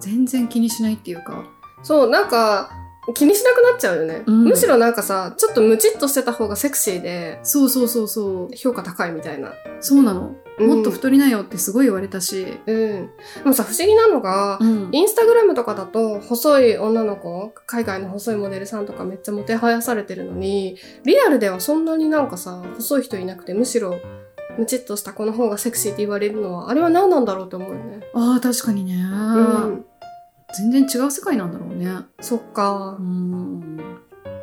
Speaker 3: 全然気にしないっていうか、
Speaker 1: そう、なんか、気にしなくなっちゃうよね。
Speaker 3: うん
Speaker 1: むしろなんかさ、ちょっとムチっとしてた方がセクシーで、
Speaker 3: そうそうそうそう、
Speaker 1: 評価高いみたいな。
Speaker 3: そうなの。
Speaker 1: うん
Speaker 3: もっと太りなよってすごい言われたし、
Speaker 1: うん。でもさ、不思議なのが、
Speaker 3: うん
Speaker 1: インスタグラムとかだと、細い女の子、海外の細いモデルさんとかめっちゃもてはやされてるのに、リアルではそんなになんかさ、細い人いなくて、むしろ、ムチっとした子の方がセクシーって言われるのは、あれは何なんだろうって思うよね。
Speaker 3: ああ、確かにね、
Speaker 1: うん。
Speaker 3: 全然違う世界なんだろうね。
Speaker 1: そっか
Speaker 3: う。ん。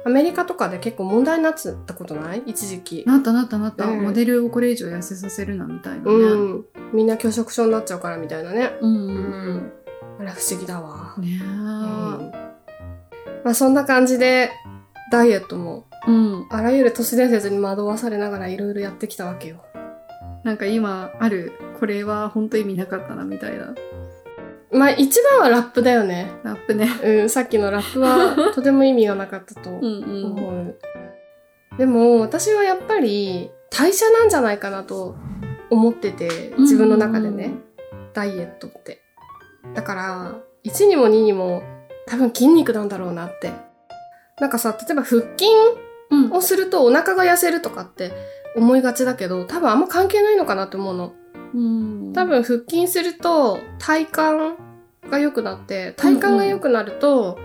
Speaker 1: アメリカとかで結構問題になってたことない一時期。
Speaker 3: なったなったなった、
Speaker 1: うん
Speaker 3: モデルをこれ以上痩せさせるなみたいなね。
Speaker 1: うん。みんな拒食症になっちゃうからみたいなね。
Speaker 3: うん
Speaker 1: う
Speaker 3: うん
Speaker 1: ん。あれ不思議だわ。
Speaker 3: ねえ、
Speaker 1: うんまあそんな感じで、ダイエットも
Speaker 3: うん。
Speaker 1: あらゆる都市伝説に惑わされながらいろいろやってきたわけよ。
Speaker 3: なんか今ある、これは本当意味なかったなみたいな。
Speaker 1: まあ一番はラップだよね。
Speaker 3: ラップね。
Speaker 1: うん、さっきのラップはとても意味がなかったと思
Speaker 3: んう
Speaker 1: う。でも私はやっぱり代謝なんじゃないかなと思ってて、自分の中でね、ダイエットって。だから、1にも2にも多分筋肉なんだろうなって。なんかさ、例えば腹筋
Speaker 3: うん。
Speaker 1: をするとお腹が痩せるとかって思いがちだけど、多分あんま関係ないのかなって思うの。
Speaker 3: うん。
Speaker 1: 多分腹筋すると体幹が良くなって体幹が良くなると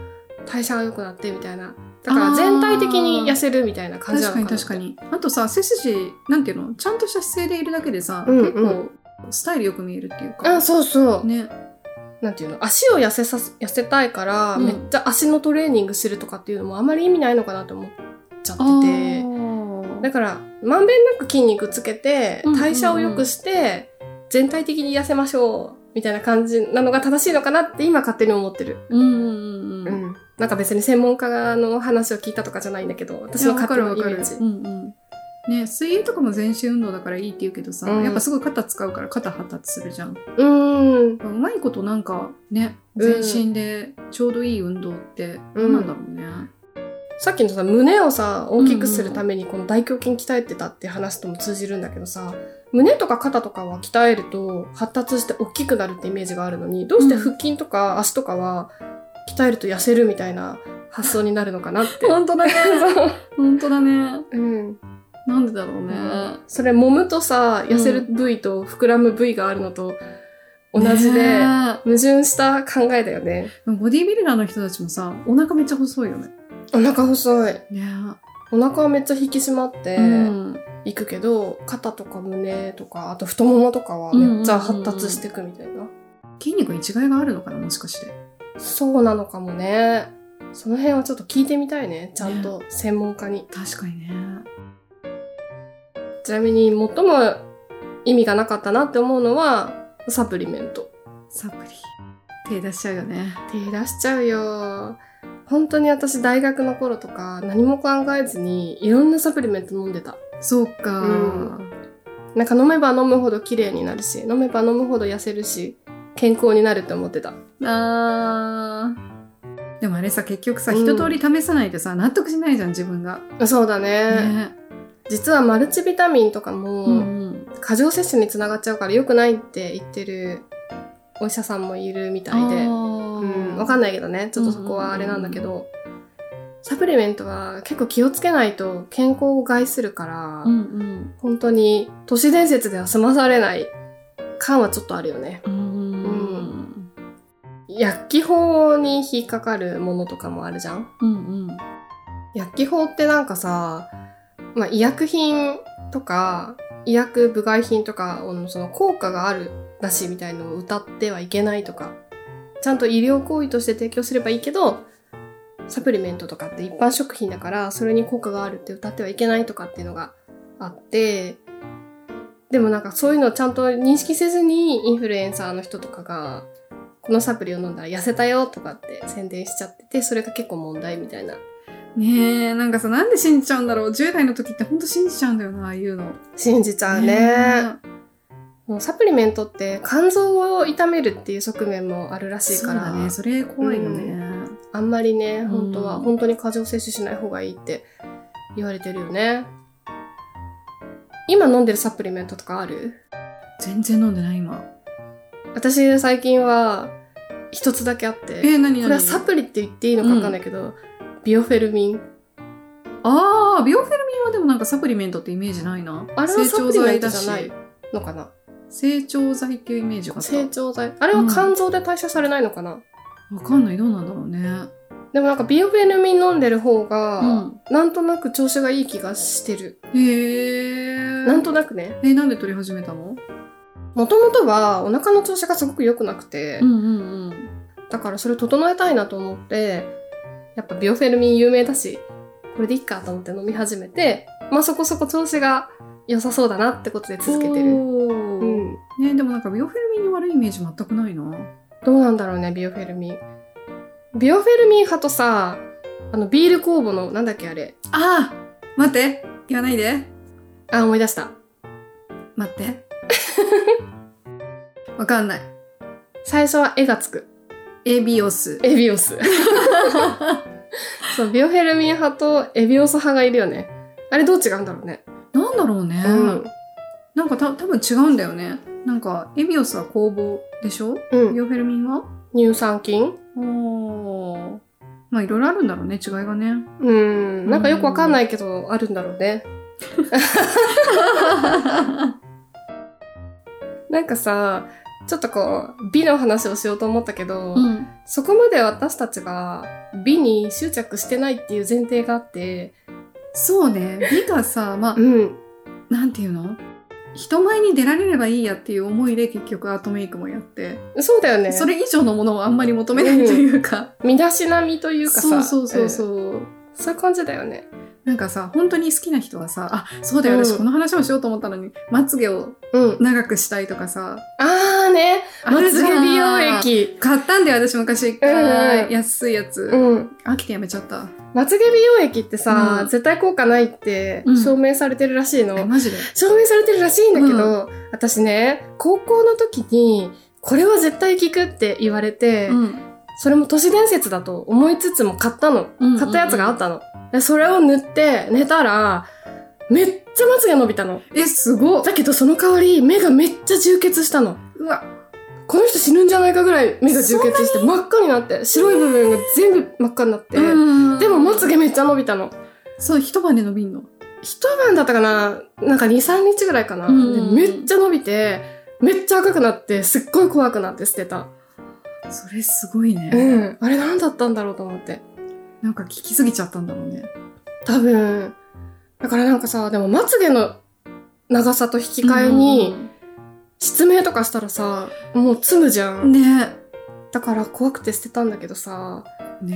Speaker 1: 代謝が良くなってみたいなだから全体的に痩せるみたいな感じ
Speaker 3: 確
Speaker 1: なの
Speaker 3: か
Speaker 1: か
Speaker 3: に
Speaker 1: な
Speaker 3: 確かに。あとさ、背筋、なんていうのちゃんとした姿勢でいるだけでさ、
Speaker 1: うんうん
Speaker 3: 結構スタイルよく見えるっていうか。
Speaker 1: あそうそう、
Speaker 3: ね。
Speaker 1: なんていうの足を痩せさせ痩せたいから、
Speaker 3: うん
Speaker 1: めっちゃ足のトレーニングするとかっていうのもあまり意味ないのかなと思っちゃっ
Speaker 3: あー
Speaker 1: ててだからまんべんなく筋肉つけて
Speaker 3: うんうんうん
Speaker 1: 代謝を良くして、全体的に痩せましょうみたいな感じなのが正しいのかなって今勝手に思ってる
Speaker 3: うんうんうんうん。
Speaker 1: なんか別に専門家の話を聞いたとかじゃないんだけど、私
Speaker 3: いや
Speaker 1: の
Speaker 3: わ
Speaker 1: 勝
Speaker 3: か
Speaker 1: 手
Speaker 3: る
Speaker 1: な
Speaker 3: わ
Speaker 1: イメ
Speaker 3: か
Speaker 1: ー
Speaker 3: る。う。
Speaker 1: ジ
Speaker 3: んうん。ね、水泳とかも全身運動だからいいって言うけどさ、
Speaker 1: うん
Speaker 3: やっぱすごい肩使うから肩発達するじゃん。
Speaker 1: うー
Speaker 3: う
Speaker 1: ん。
Speaker 3: まいことなんかね、
Speaker 1: うん
Speaker 3: 全身でちょうどいい運動って
Speaker 1: う
Speaker 3: 何
Speaker 1: ん
Speaker 3: なんだろうね。
Speaker 1: さっきのさ、胸をさ、大きくするためにこの大胸筋鍛えてたって話とも通じるんだけどさ、胸とか肩とかは鍛えると発達して大きくなるってイメージがあるのに、どうして腹筋とか足とかは鍛えると痩せるみたいな発想になるのかなって。
Speaker 3: 本当だね。 [laughs] 本当だね。
Speaker 1: うん。
Speaker 3: なんでだろうね。
Speaker 1: それ、揉むとさ、痩せる部位と膨らむ部位があるのと同じで、
Speaker 3: ね
Speaker 1: 矛盾した考えだよね。
Speaker 3: えボディービルダーの人たちもさ、お腹めっちゃ細いよね。
Speaker 1: お腹細い。
Speaker 3: ね
Speaker 1: お腹はめっちゃ引き締まって
Speaker 3: えうん。
Speaker 1: いくけど、肩とか胸とかあと太ももとかはめっちゃ発達していくみたいな、
Speaker 3: 筋肉に違いがあるのかな、もしかして。
Speaker 1: そうなのかもねその辺はちょっと聞いてみたいねちゃんと専門家に、
Speaker 3: 確かにね。
Speaker 1: ちなみに最も意味がなかったなって思うのはサプリメント
Speaker 3: サプリ。手出しちゃうよね。
Speaker 1: 手出しちゃうよ本当に私大学の頃とか何も考えずにいろんなサプリメント飲んでた
Speaker 3: そうか。
Speaker 1: うんなんか飲めば飲むほど綺麗になるし飲めば飲むほど痩せるし健康になるって思ってた
Speaker 3: あーでもあれさ結局さ、
Speaker 1: うん
Speaker 3: 一通り試さないとさ納得しないじゃん自分が、
Speaker 1: そうだね
Speaker 3: ね
Speaker 1: 実はマルチビタミンとか
Speaker 3: う
Speaker 1: も
Speaker 3: んうん、
Speaker 1: 過剰摂取につながっちゃうから良くないって言ってるお医者さんもいるみたいで、うん、わかん
Speaker 3: ない
Speaker 1: ないけどねちょっとそこはあれなんだけど、サプリメントは結構気をつけないと健康を害するから、
Speaker 3: うんうん
Speaker 1: 本当に都市伝説では済まされない感はちょっとあるよね
Speaker 3: うん
Speaker 1: う
Speaker 3: うん
Speaker 1: 薬機法に引っかかるものとかもあるじゃん
Speaker 3: うん
Speaker 1: 薬機法ってなんかさ、まあ、医薬品とか医薬部外品とかのその効果があるらしいみたいのを歌ってはいけないとかちゃんと医療行為として提供すればいいけどサプリメントとかって一般食品だからそれに効果があるって歌ってはいけないとかっていうのがあってでもなんかそういうのをちゃんと認識せずにインフルエンサーの人とかがこのサプリを飲んだら痩せたよとかって宣伝しちゃっててそれが結構問題みたいな
Speaker 3: ねえ、なんかさ、なんで信じちゃうんだろう ?10 代の時ってほんと信じちゃうんだよな、ああいうの。
Speaker 1: 信じちゃうねもうサプリメントって肝臓を痛めるっていう側面もあるらしい
Speaker 3: そ
Speaker 1: か
Speaker 3: う
Speaker 1: ら
Speaker 3: だね。それ怖いよね。
Speaker 1: あんまりね本当は、
Speaker 3: うん
Speaker 1: 本当に過剰摂取しない方がいいって言われてるよね今飲んでるサプリメントとかある
Speaker 3: 全然飲んでない、今。
Speaker 1: 私最近は一つだけあって
Speaker 3: えー、何何
Speaker 1: これはサプリって言っていいのかわかんないけど、ビオフェルミン。
Speaker 3: ああ、ビオフェルミンはでもなんかサプリメントってイメージないな。
Speaker 1: あれはサプリメントじゃな
Speaker 3: 成長剤
Speaker 1: い
Speaker 3: だし
Speaker 1: のかな
Speaker 3: 成長剤っていうイメージがあった。
Speaker 1: 成長剤。あれは肝臓で代謝されないのかな、
Speaker 3: わかんない、どうなんだろうね。
Speaker 1: でもなんかビオフェルミン飲んでる方が、
Speaker 3: うん
Speaker 1: なんとなく調子がいい気がしてる。
Speaker 3: へえ。
Speaker 1: なんとなくね。
Speaker 3: え、なんで取り始めたの
Speaker 1: もともとはお腹の調子がすごく良くなくて、
Speaker 3: うんうんうん。
Speaker 1: だからそれ整えたいなと思って、やっぱビオフェルミン有名だし、これでいいかと思って飲み始めて、まあそこそこ調子が良さそうだなってことで続けてる。
Speaker 3: おー
Speaker 1: うん。
Speaker 3: ねでもなんかビオフェルミンに悪いイメージ全くないな。
Speaker 1: どうなんだろうね、ビオフェルミン。ビオフェルミン派とさ、あの、ビール酵母の、なんだっけあれ。
Speaker 3: あー待って言わないで
Speaker 1: あ、思い出した。
Speaker 3: 待って [laughs] わかんない。
Speaker 1: 最初は絵がつく。
Speaker 3: エビオス。
Speaker 1: エビオス。そう、ビオフェルミン派とエビオス派がいるよね。あれどう違うんだろうね。
Speaker 3: なんだろうね。
Speaker 1: うん。
Speaker 3: なんかた多分違うんだよね。なんかエビオスは工房でしょ
Speaker 1: うん。
Speaker 3: ビオフェルミンは
Speaker 1: 乳酸菌
Speaker 3: おーまあいろいろあるんだろうね、違いがね。
Speaker 1: うん。なんかよくわかんないけど、あるんだろ
Speaker 3: [laughs]
Speaker 1: うね。なんかさ、ちょっとこう、美の話をしようと思ったけど、
Speaker 3: うん。
Speaker 1: そこまで私たちが美に執着してないっていう前提があって、
Speaker 3: そうね。美がさ、まあ、
Speaker 1: ん。
Speaker 3: なんていうの人前に出られればいいやっていう思いで結局アートメイクもやって、
Speaker 1: そうだよね。
Speaker 3: それ以上のものをあんまり求めないというか、
Speaker 1: 身だしなみというか
Speaker 3: そ
Speaker 1: さ。。
Speaker 3: うそうそうそうう、
Speaker 1: そういう感じだよね。
Speaker 3: なんかさ本当に好きな人はさあそうだよ、私
Speaker 1: うん
Speaker 3: この話をしようと思ったのにまつげを
Speaker 1: うん。
Speaker 3: 長くしたいとかさ
Speaker 1: あーね。まつげ美容
Speaker 3: あるじゃん
Speaker 1: 液。
Speaker 3: 買ったんだよ私昔一
Speaker 1: う
Speaker 3: 回
Speaker 1: ん
Speaker 3: 安いやつ、
Speaker 1: うん。
Speaker 3: 飽きてやめちゃった
Speaker 1: まつげ美容液ってさ、
Speaker 3: うん
Speaker 1: 絶対効果ないって
Speaker 3: うん
Speaker 1: 証明されてるらしいの。
Speaker 3: えマジで
Speaker 1: 証明されてるらしいんだけど、私ね、高校の時に、これは絶対効くって言われて、
Speaker 3: うん
Speaker 1: それも都市伝説だと思いつつも買ったの。
Speaker 3: うん
Speaker 1: 買ったやつがあったの。でそれを塗って寝たら、めっちゃまつげ伸びたの。
Speaker 3: えすごっ
Speaker 1: だけどその代わり目がめっちゃ充血したの。
Speaker 3: うわ
Speaker 1: この人死ぬんじゃないかぐらい目が充血して真っ赤になって、白い部分が全部真っ赤になって、
Speaker 3: うん
Speaker 1: でもまつげめっちゃ伸びたの。
Speaker 3: そう一晩で伸びんの
Speaker 1: 一晩だったかななんか2、3日ぐらいかな、
Speaker 3: うん
Speaker 1: でめっちゃ伸びて、めっちゃ赤くなって、すっごい怖くなって捨てた。
Speaker 3: それすごいね、
Speaker 1: うん。あれ何だったんだろうと思って。
Speaker 3: なんか効きすぎちゃったんだろうね
Speaker 1: 多分。だからなんかさ、でもまつげの長さと引き換えに、失明とかしたらさ、もう詰むじゃ
Speaker 3: うん
Speaker 1: ん。
Speaker 3: ね
Speaker 1: だから怖くて捨てたんだけどさ、
Speaker 3: ね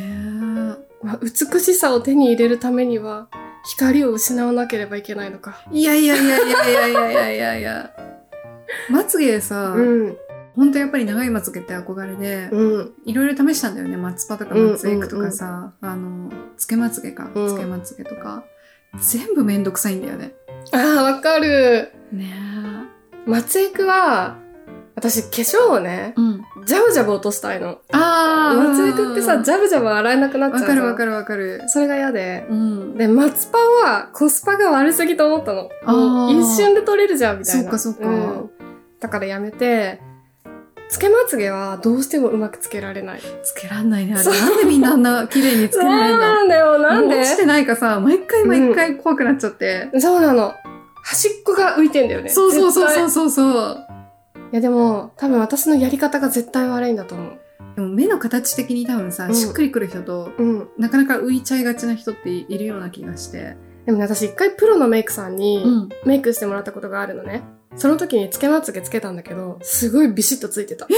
Speaker 1: まあ美しさを手に入れるためには、光を失わなければいけないのか。
Speaker 3: いやいやいやいやいやいやいやいやいや。まつげさ、
Speaker 1: うん。
Speaker 3: ほんとやっぱり長いまつげって憧れで、
Speaker 1: うん。
Speaker 3: いろいろ試したんだよね。松葉とか松エクとかさ、あの、つけまつげか、
Speaker 1: うん
Speaker 3: つけまつげとか、全部めんどくさいんだよね。
Speaker 1: ああ、わかる。
Speaker 3: ね
Speaker 1: 松江区は、私化粧をね
Speaker 3: え。、うん。
Speaker 1: ジャブジャブ落としたいの。
Speaker 3: あー。
Speaker 1: 松江区ってさ、ジャブジャブ洗えなくなっちゃう
Speaker 3: わかるわか
Speaker 1: る。
Speaker 3: るわかる。
Speaker 1: それが嫌で。
Speaker 3: うん。
Speaker 1: で、松葉はコスパが悪すぎと思ったの。
Speaker 3: あー
Speaker 1: もう一瞬で取れるじゃん、みたいな。
Speaker 3: そっかそっか
Speaker 1: んだからやめて、つけまつげはどうしてもうまくつけられない。
Speaker 3: つけらんないね。あれなんでみんなあんな綺麗につけないんだ
Speaker 1: んだよ、なんで
Speaker 3: 落ちてないかさ、毎回毎回怖くなっちゃって。
Speaker 1: そうなの。端っこが浮いてんだよね。
Speaker 3: そうそうそうそう
Speaker 1: う。
Speaker 3: そうそう。
Speaker 1: いやでも、多分私のやり方が絶対悪いんだと思う。
Speaker 3: でも目の形的に多分さ、
Speaker 1: うん
Speaker 3: しっくりくる人と、
Speaker 1: うん。
Speaker 3: なかなか浮いちゃいがちな人っているような気がして。
Speaker 1: でもね、私一回プロのメイクさんに
Speaker 3: うん。
Speaker 1: メイクしてもらったことがあるのね。その時につけまつげつけたんだけど、すごいビシッとついてた。
Speaker 3: えー、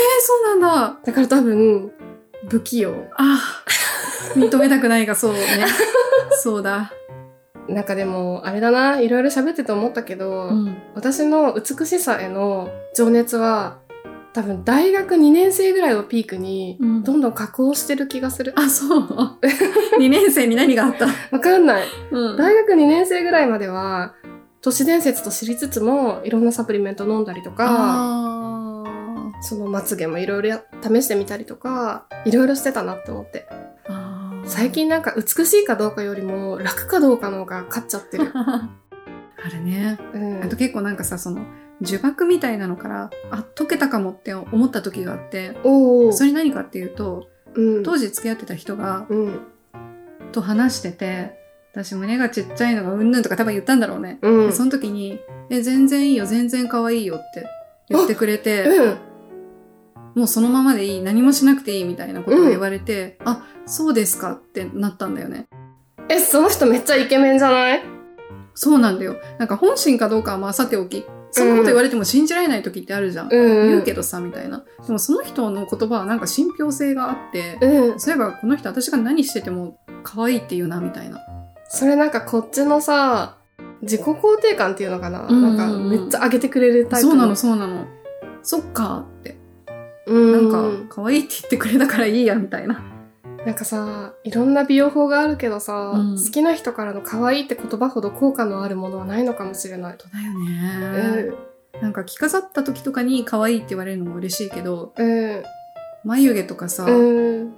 Speaker 3: そうなんだ。
Speaker 1: だから多分、不器用。
Speaker 3: [laughs] あー認めたくないが、そうね。そうだ。
Speaker 1: なんかでも、あれだな、いろいろ喋ってて思ったけど、
Speaker 3: うん。
Speaker 1: 私の美しさへの情熱は、多分大学2年生ぐらいをピークに、
Speaker 3: うん
Speaker 1: どんどん加工してる気がする。
Speaker 3: あ、そう。2年生に何があった
Speaker 1: わかんない。
Speaker 3: うん
Speaker 1: 大学2年生ぐらいまでは、都市伝説と知りつつも、いろんなサプリメント飲んだりとか、
Speaker 3: あー
Speaker 1: そのまつげもいろいろや試してみたりとか、いろいろしてたなって思って。
Speaker 3: あー。。
Speaker 1: 最近なんか美しいかどうかよりも、楽かどうかの方が勝っちゃってる
Speaker 3: [laughs] あれね。
Speaker 1: うん
Speaker 3: あと結構なんかさ、その、呪縛みたいなのから、あ、解けたかもって思った時があって、
Speaker 1: おお。
Speaker 3: それ何かっていうと、
Speaker 1: うん。
Speaker 3: 当時付き合ってた人が、
Speaker 1: うん。
Speaker 3: と話してて、私胸がちっちゃいのがうんぬんとか多分言ったんだろうね。
Speaker 1: う
Speaker 3: で
Speaker 1: ん。
Speaker 3: その時に、え、全然いいよ、全然可愛いよって言ってくれて、
Speaker 1: うん。
Speaker 3: もうそのままでいい、何もしなくていいみたいなことを言われて、あ、そうですかってなったんだよね。
Speaker 1: え、その人めっちゃイケメンじゃない
Speaker 3: そうなんだよ。なんか本心かどうかはまあさておき、そんなこと言われても信じられない時ってあるじゃん。
Speaker 1: うん。
Speaker 3: 言うけどさ、みたいな。でもその人の言葉はなんか信憑性があって、
Speaker 1: うん。
Speaker 3: そういえばこの人私が何してても可愛いって言うな、みたいな。
Speaker 1: それなんかこっちのさ、自己肯定感っていうのかな、
Speaker 3: うんうんうん
Speaker 1: なんかめっちゃ上げてくれるタイプ
Speaker 3: そうなの、そうなの。そっかーって。
Speaker 1: うん
Speaker 3: な
Speaker 1: うんん
Speaker 3: か、可愛いって言ってくれたからいいや、みたいな。
Speaker 1: なんかさいろんな美容法があるけどさ、
Speaker 3: うん
Speaker 1: 好きな人からの可愛いって言葉ほど効果のあるものはないのかもしれないと、
Speaker 3: だよ
Speaker 1: う
Speaker 3: ね、
Speaker 1: ん
Speaker 3: なんか着飾った時とかに可愛いって言われるのも嬉しいけど、
Speaker 1: うん
Speaker 3: 眉毛とかさ、
Speaker 1: うん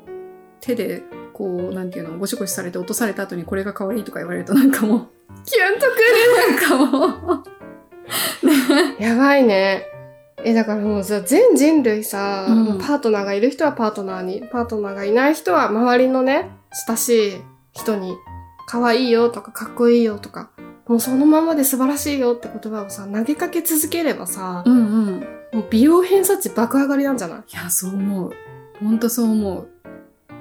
Speaker 3: 手で、こう、なんていうの、ゴシゴシされて落とされた後にこれが可愛いとか言われるとなんかもう、
Speaker 1: キュンとく
Speaker 3: なんかもう、
Speaker 1: るやばいねえだからもうさ全人類さ、
Speaker 3: うん
Speaker 1: もうパートナーがいる人はパートナーにパートナーがいない人は周りのね親しい人に可愛いよとかかっこいいよとかもうそのままで素晴らしいよって言葉をさ投げかけ続ければさ、
Speaker 3: うんうん。
Speaker 1: もう美容偏差値爆上がりなんじゃない
Speaker 3: いや、そう思う。ほんとそう思う。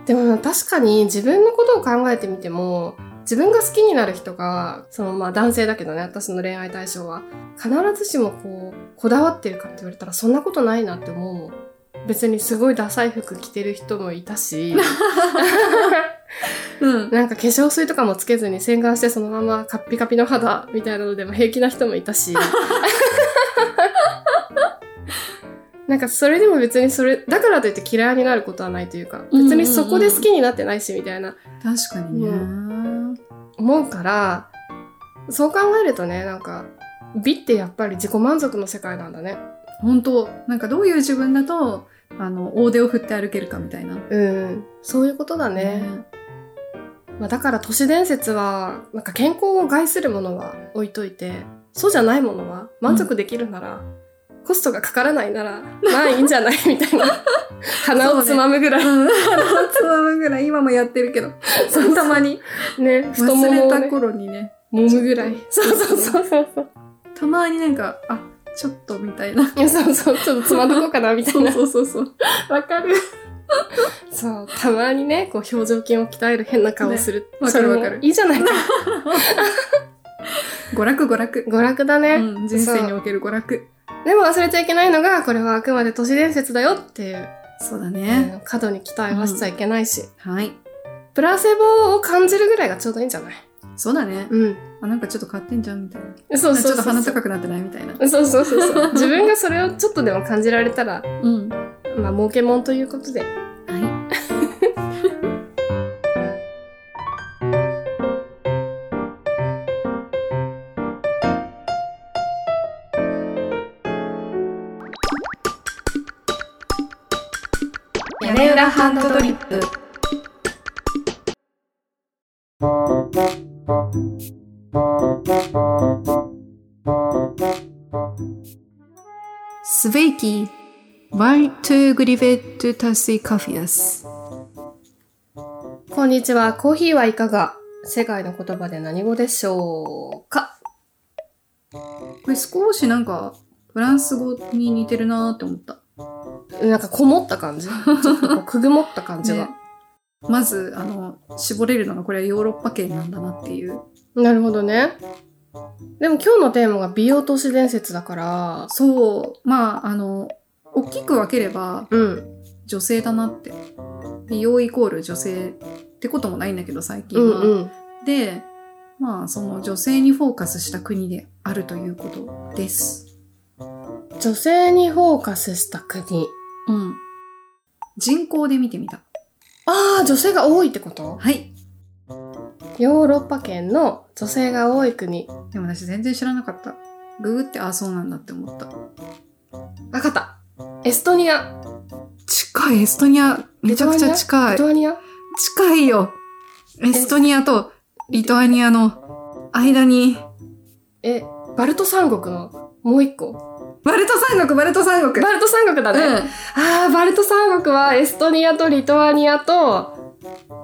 Speaker 1: でも確かに自分のことを考えてみても自分が好きになる人がそのまあ男性だけどね私の恋愛対象は必ずしもこうこだわってるかって言われたらそんなことないなって思うもん別にすごいダサい服着てる人もいたし
Speaker 3: うん。
Speaker 1: なんか化粧水とかもつけずに洗顔してそのままカッピカピの肌みたいなのでも平気な人もいたしなんかそれでも別にそれだからといって嫌いになることはないというか別にそこで好きになってないしみたいな
Speaker 3: 確かにね。
Speaker 1: う思うからそう考えるとねなんか美ってやっぱり自己満足の世界なんだね
Speaker 3: 本当なんかどういう自分だと、あの、大手を振って歩けるかみたいな。
Speaker 1: うんそういうことだね、
Speaker 3: [laughs]
Speaker 1: まあ、だから都市伝説はなんか健康を害するものは置いといてそうじゃないものは満足できるなら、コストがかからないならまあいいんじゃ [laughs] ないみたいな鼻をつまむぐらい
Speaker 3: うん。つまむぐらい、今もやってるけど。そう、たまに。
Speaker 1: ね太も
Speaker 3: 忘
Speaker 1: も
Speaker 3: れ
Speaker 1: を、
Speaker 3: た
Speaker 1: ね、
Speaker 3: 頃にね。
Speaker 1: 揉むぐらいそうそう [laughs] そうそうそう
Speaker 3: たまになんか、あ、ちょっとみたいな。
Speaker 1: いやそうそうちょっとつまどこうかなみたい
Speaker 3: そう
Speaker 1: な
Speaker 3: そうそうそう。
Speaker 1: わかる。そう、たまにね、こう表情筋を鍛える変な顔をする。
Speaker 3: ねわか
Speaker 1: それ
Speaker 3: る
Speaker 1: も
Speaker 3: わかる
Speaker 1: いいじゃないか。 [laughs]
Speaker 3: 娯楽娯楽。
Speaker 1: 娯楽だね、
Speaker 3: うん、人生における娯楽。
Speaker 1: でも忘れちゃいけないのが、これはあくまで都市伝説だよっていう、
Speaker 3: そうだ
Speaker 1: う
Speaker 3: ね。
Speaker 1: ん過度に期待はしちゃいけないし、
Speaker 3: はい。
Speaker 1: プラセボを感じるぐらいがちょうどいいんじゃない
Speaker 3: そうだね。
Speaker 1: うん。
Speaker 3: あ、なんかちょっと買ってんじゃんみたいな。
Speaker 1: そう
Speaker 3: ちょ
Speaker 1: そうそうそう。
Speaker 3: っと鼻高くなってないみたいな。
Speaker 1: そうそうそうそう。 [laughs] 自分がそれをちょっとでも感じられたら、
Speaker 3: うん。
Speaker 1: まあ、儲けもんということで。
Speaker 3: は
Speaker 2: [laughs] 屋根裏ハンドドリップ
Speaker 3: い。スベイキー、ワイトゥグリベットタシカフィアス。
Speaker 1: こんにちは。コーヒーはいかが世界の言葉で何語でしょうか
Speaker 3: これ少しなんか、フランス語に似てるなーって思った。
Speaker 1: なんかこもった感 [laughs] じ。ちょっとこうくぐもった感じが。
Speaker 3: ねまず、あの、絞れるのがこれはヨーロッパ圏なんだなっていう。
Speaker 1: なるほどね。でも今日のテーマが美容都市伝説だから、
Speaker 3: そう、まあ、あの、大きく分ければ
Speaker 1: うん、
Speaker 3: 女性だなって。美容イコール女性ってこともないんだけど、最
Speaker 1: う
Speaker 3: 近
Speaker 1: ん
Speaker 3: は。
Speaker 1: うん
Speaker 3: で、まあ、その女性にフォーカスした国であるということです。
Speaker 1: 女性にフォーカスした国。
Speaker 3: うん。人口で見てみた。
Speaker 1: ああ、女性が多いってこと
Speaker 3: はい。
Speaker 1: ヨーロッパ圏の女性が多い国。
Speaker 3: でも私全然知らなかった。ググって、ああ、そうなんだって思った。
Speaker 1: わかった。エストニア。
Speaker 3: 近い、エストニア、めちゃくちゃ近
Speaker 1: リ
Speaker 3: い。
Speaker 1: トアニア
Speaker 3: 近いよ。エストニアとリトアニアの間に、
Speaker 1: え、バルト三国のもう一個。
Speaker 3: バルト三国、バルト三国。
Speaker 1: バルト三国だね。
Speaker 3: うん。
Speaker 1: ああ、バルト三国はエストニアとリトアニアと、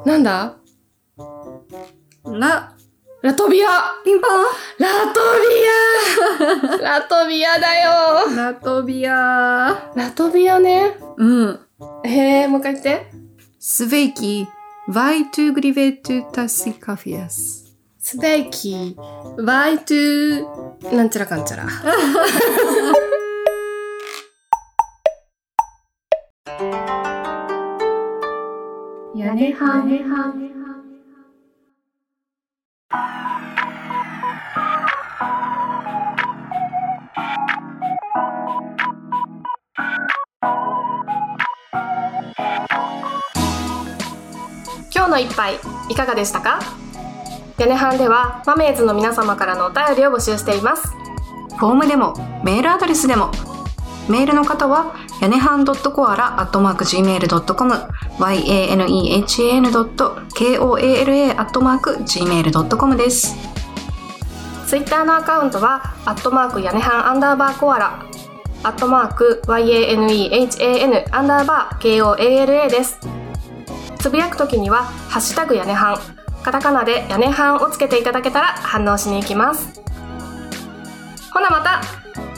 Speaker 1: なんだ
Speaker 3: ラ、
Speaker 1: ラトビア
Speaker 3: ピンポ
Speaker 1: ラト
Speaker 3: [laughs]
Speaker 1: ビアラトビアだよ
Speaker 3: ンラトビア。
Speaker 1: ラトビアね。
Speaker 3: うん。
Speaker 1: へえ、もう一回言って。
Speaker 3: スベイキ、バイトゥグリベトゥタシカフィアス。
Speaker 1: スベイキ
Speaker 3: バイトゥ
Speaker 1: ー、なんちゃらかんちゃら。
Speaker 2: 屋根はね
Speaker 1: 今日の一杯いかがでしたか屋根班ではマメーズの皆様からのお便りを募集しています
Speaker 2: フォームでもメールアドレスでもメールの方はやねはん .koala.gmail.com yanehan.koala.gmail.com です
Speaker 1: ツイッターのアカウントはアットマーク屋根班アンダーバーコアラアットマーク YANEHAN アンダーバー KOALA ですつぶやくときにはハッシュタグ屋根班カタカナで屋根班をつけていただけたら反応しに行きますほなまた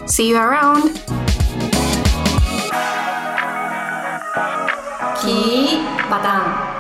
Speaker 2: See you around! キーバタン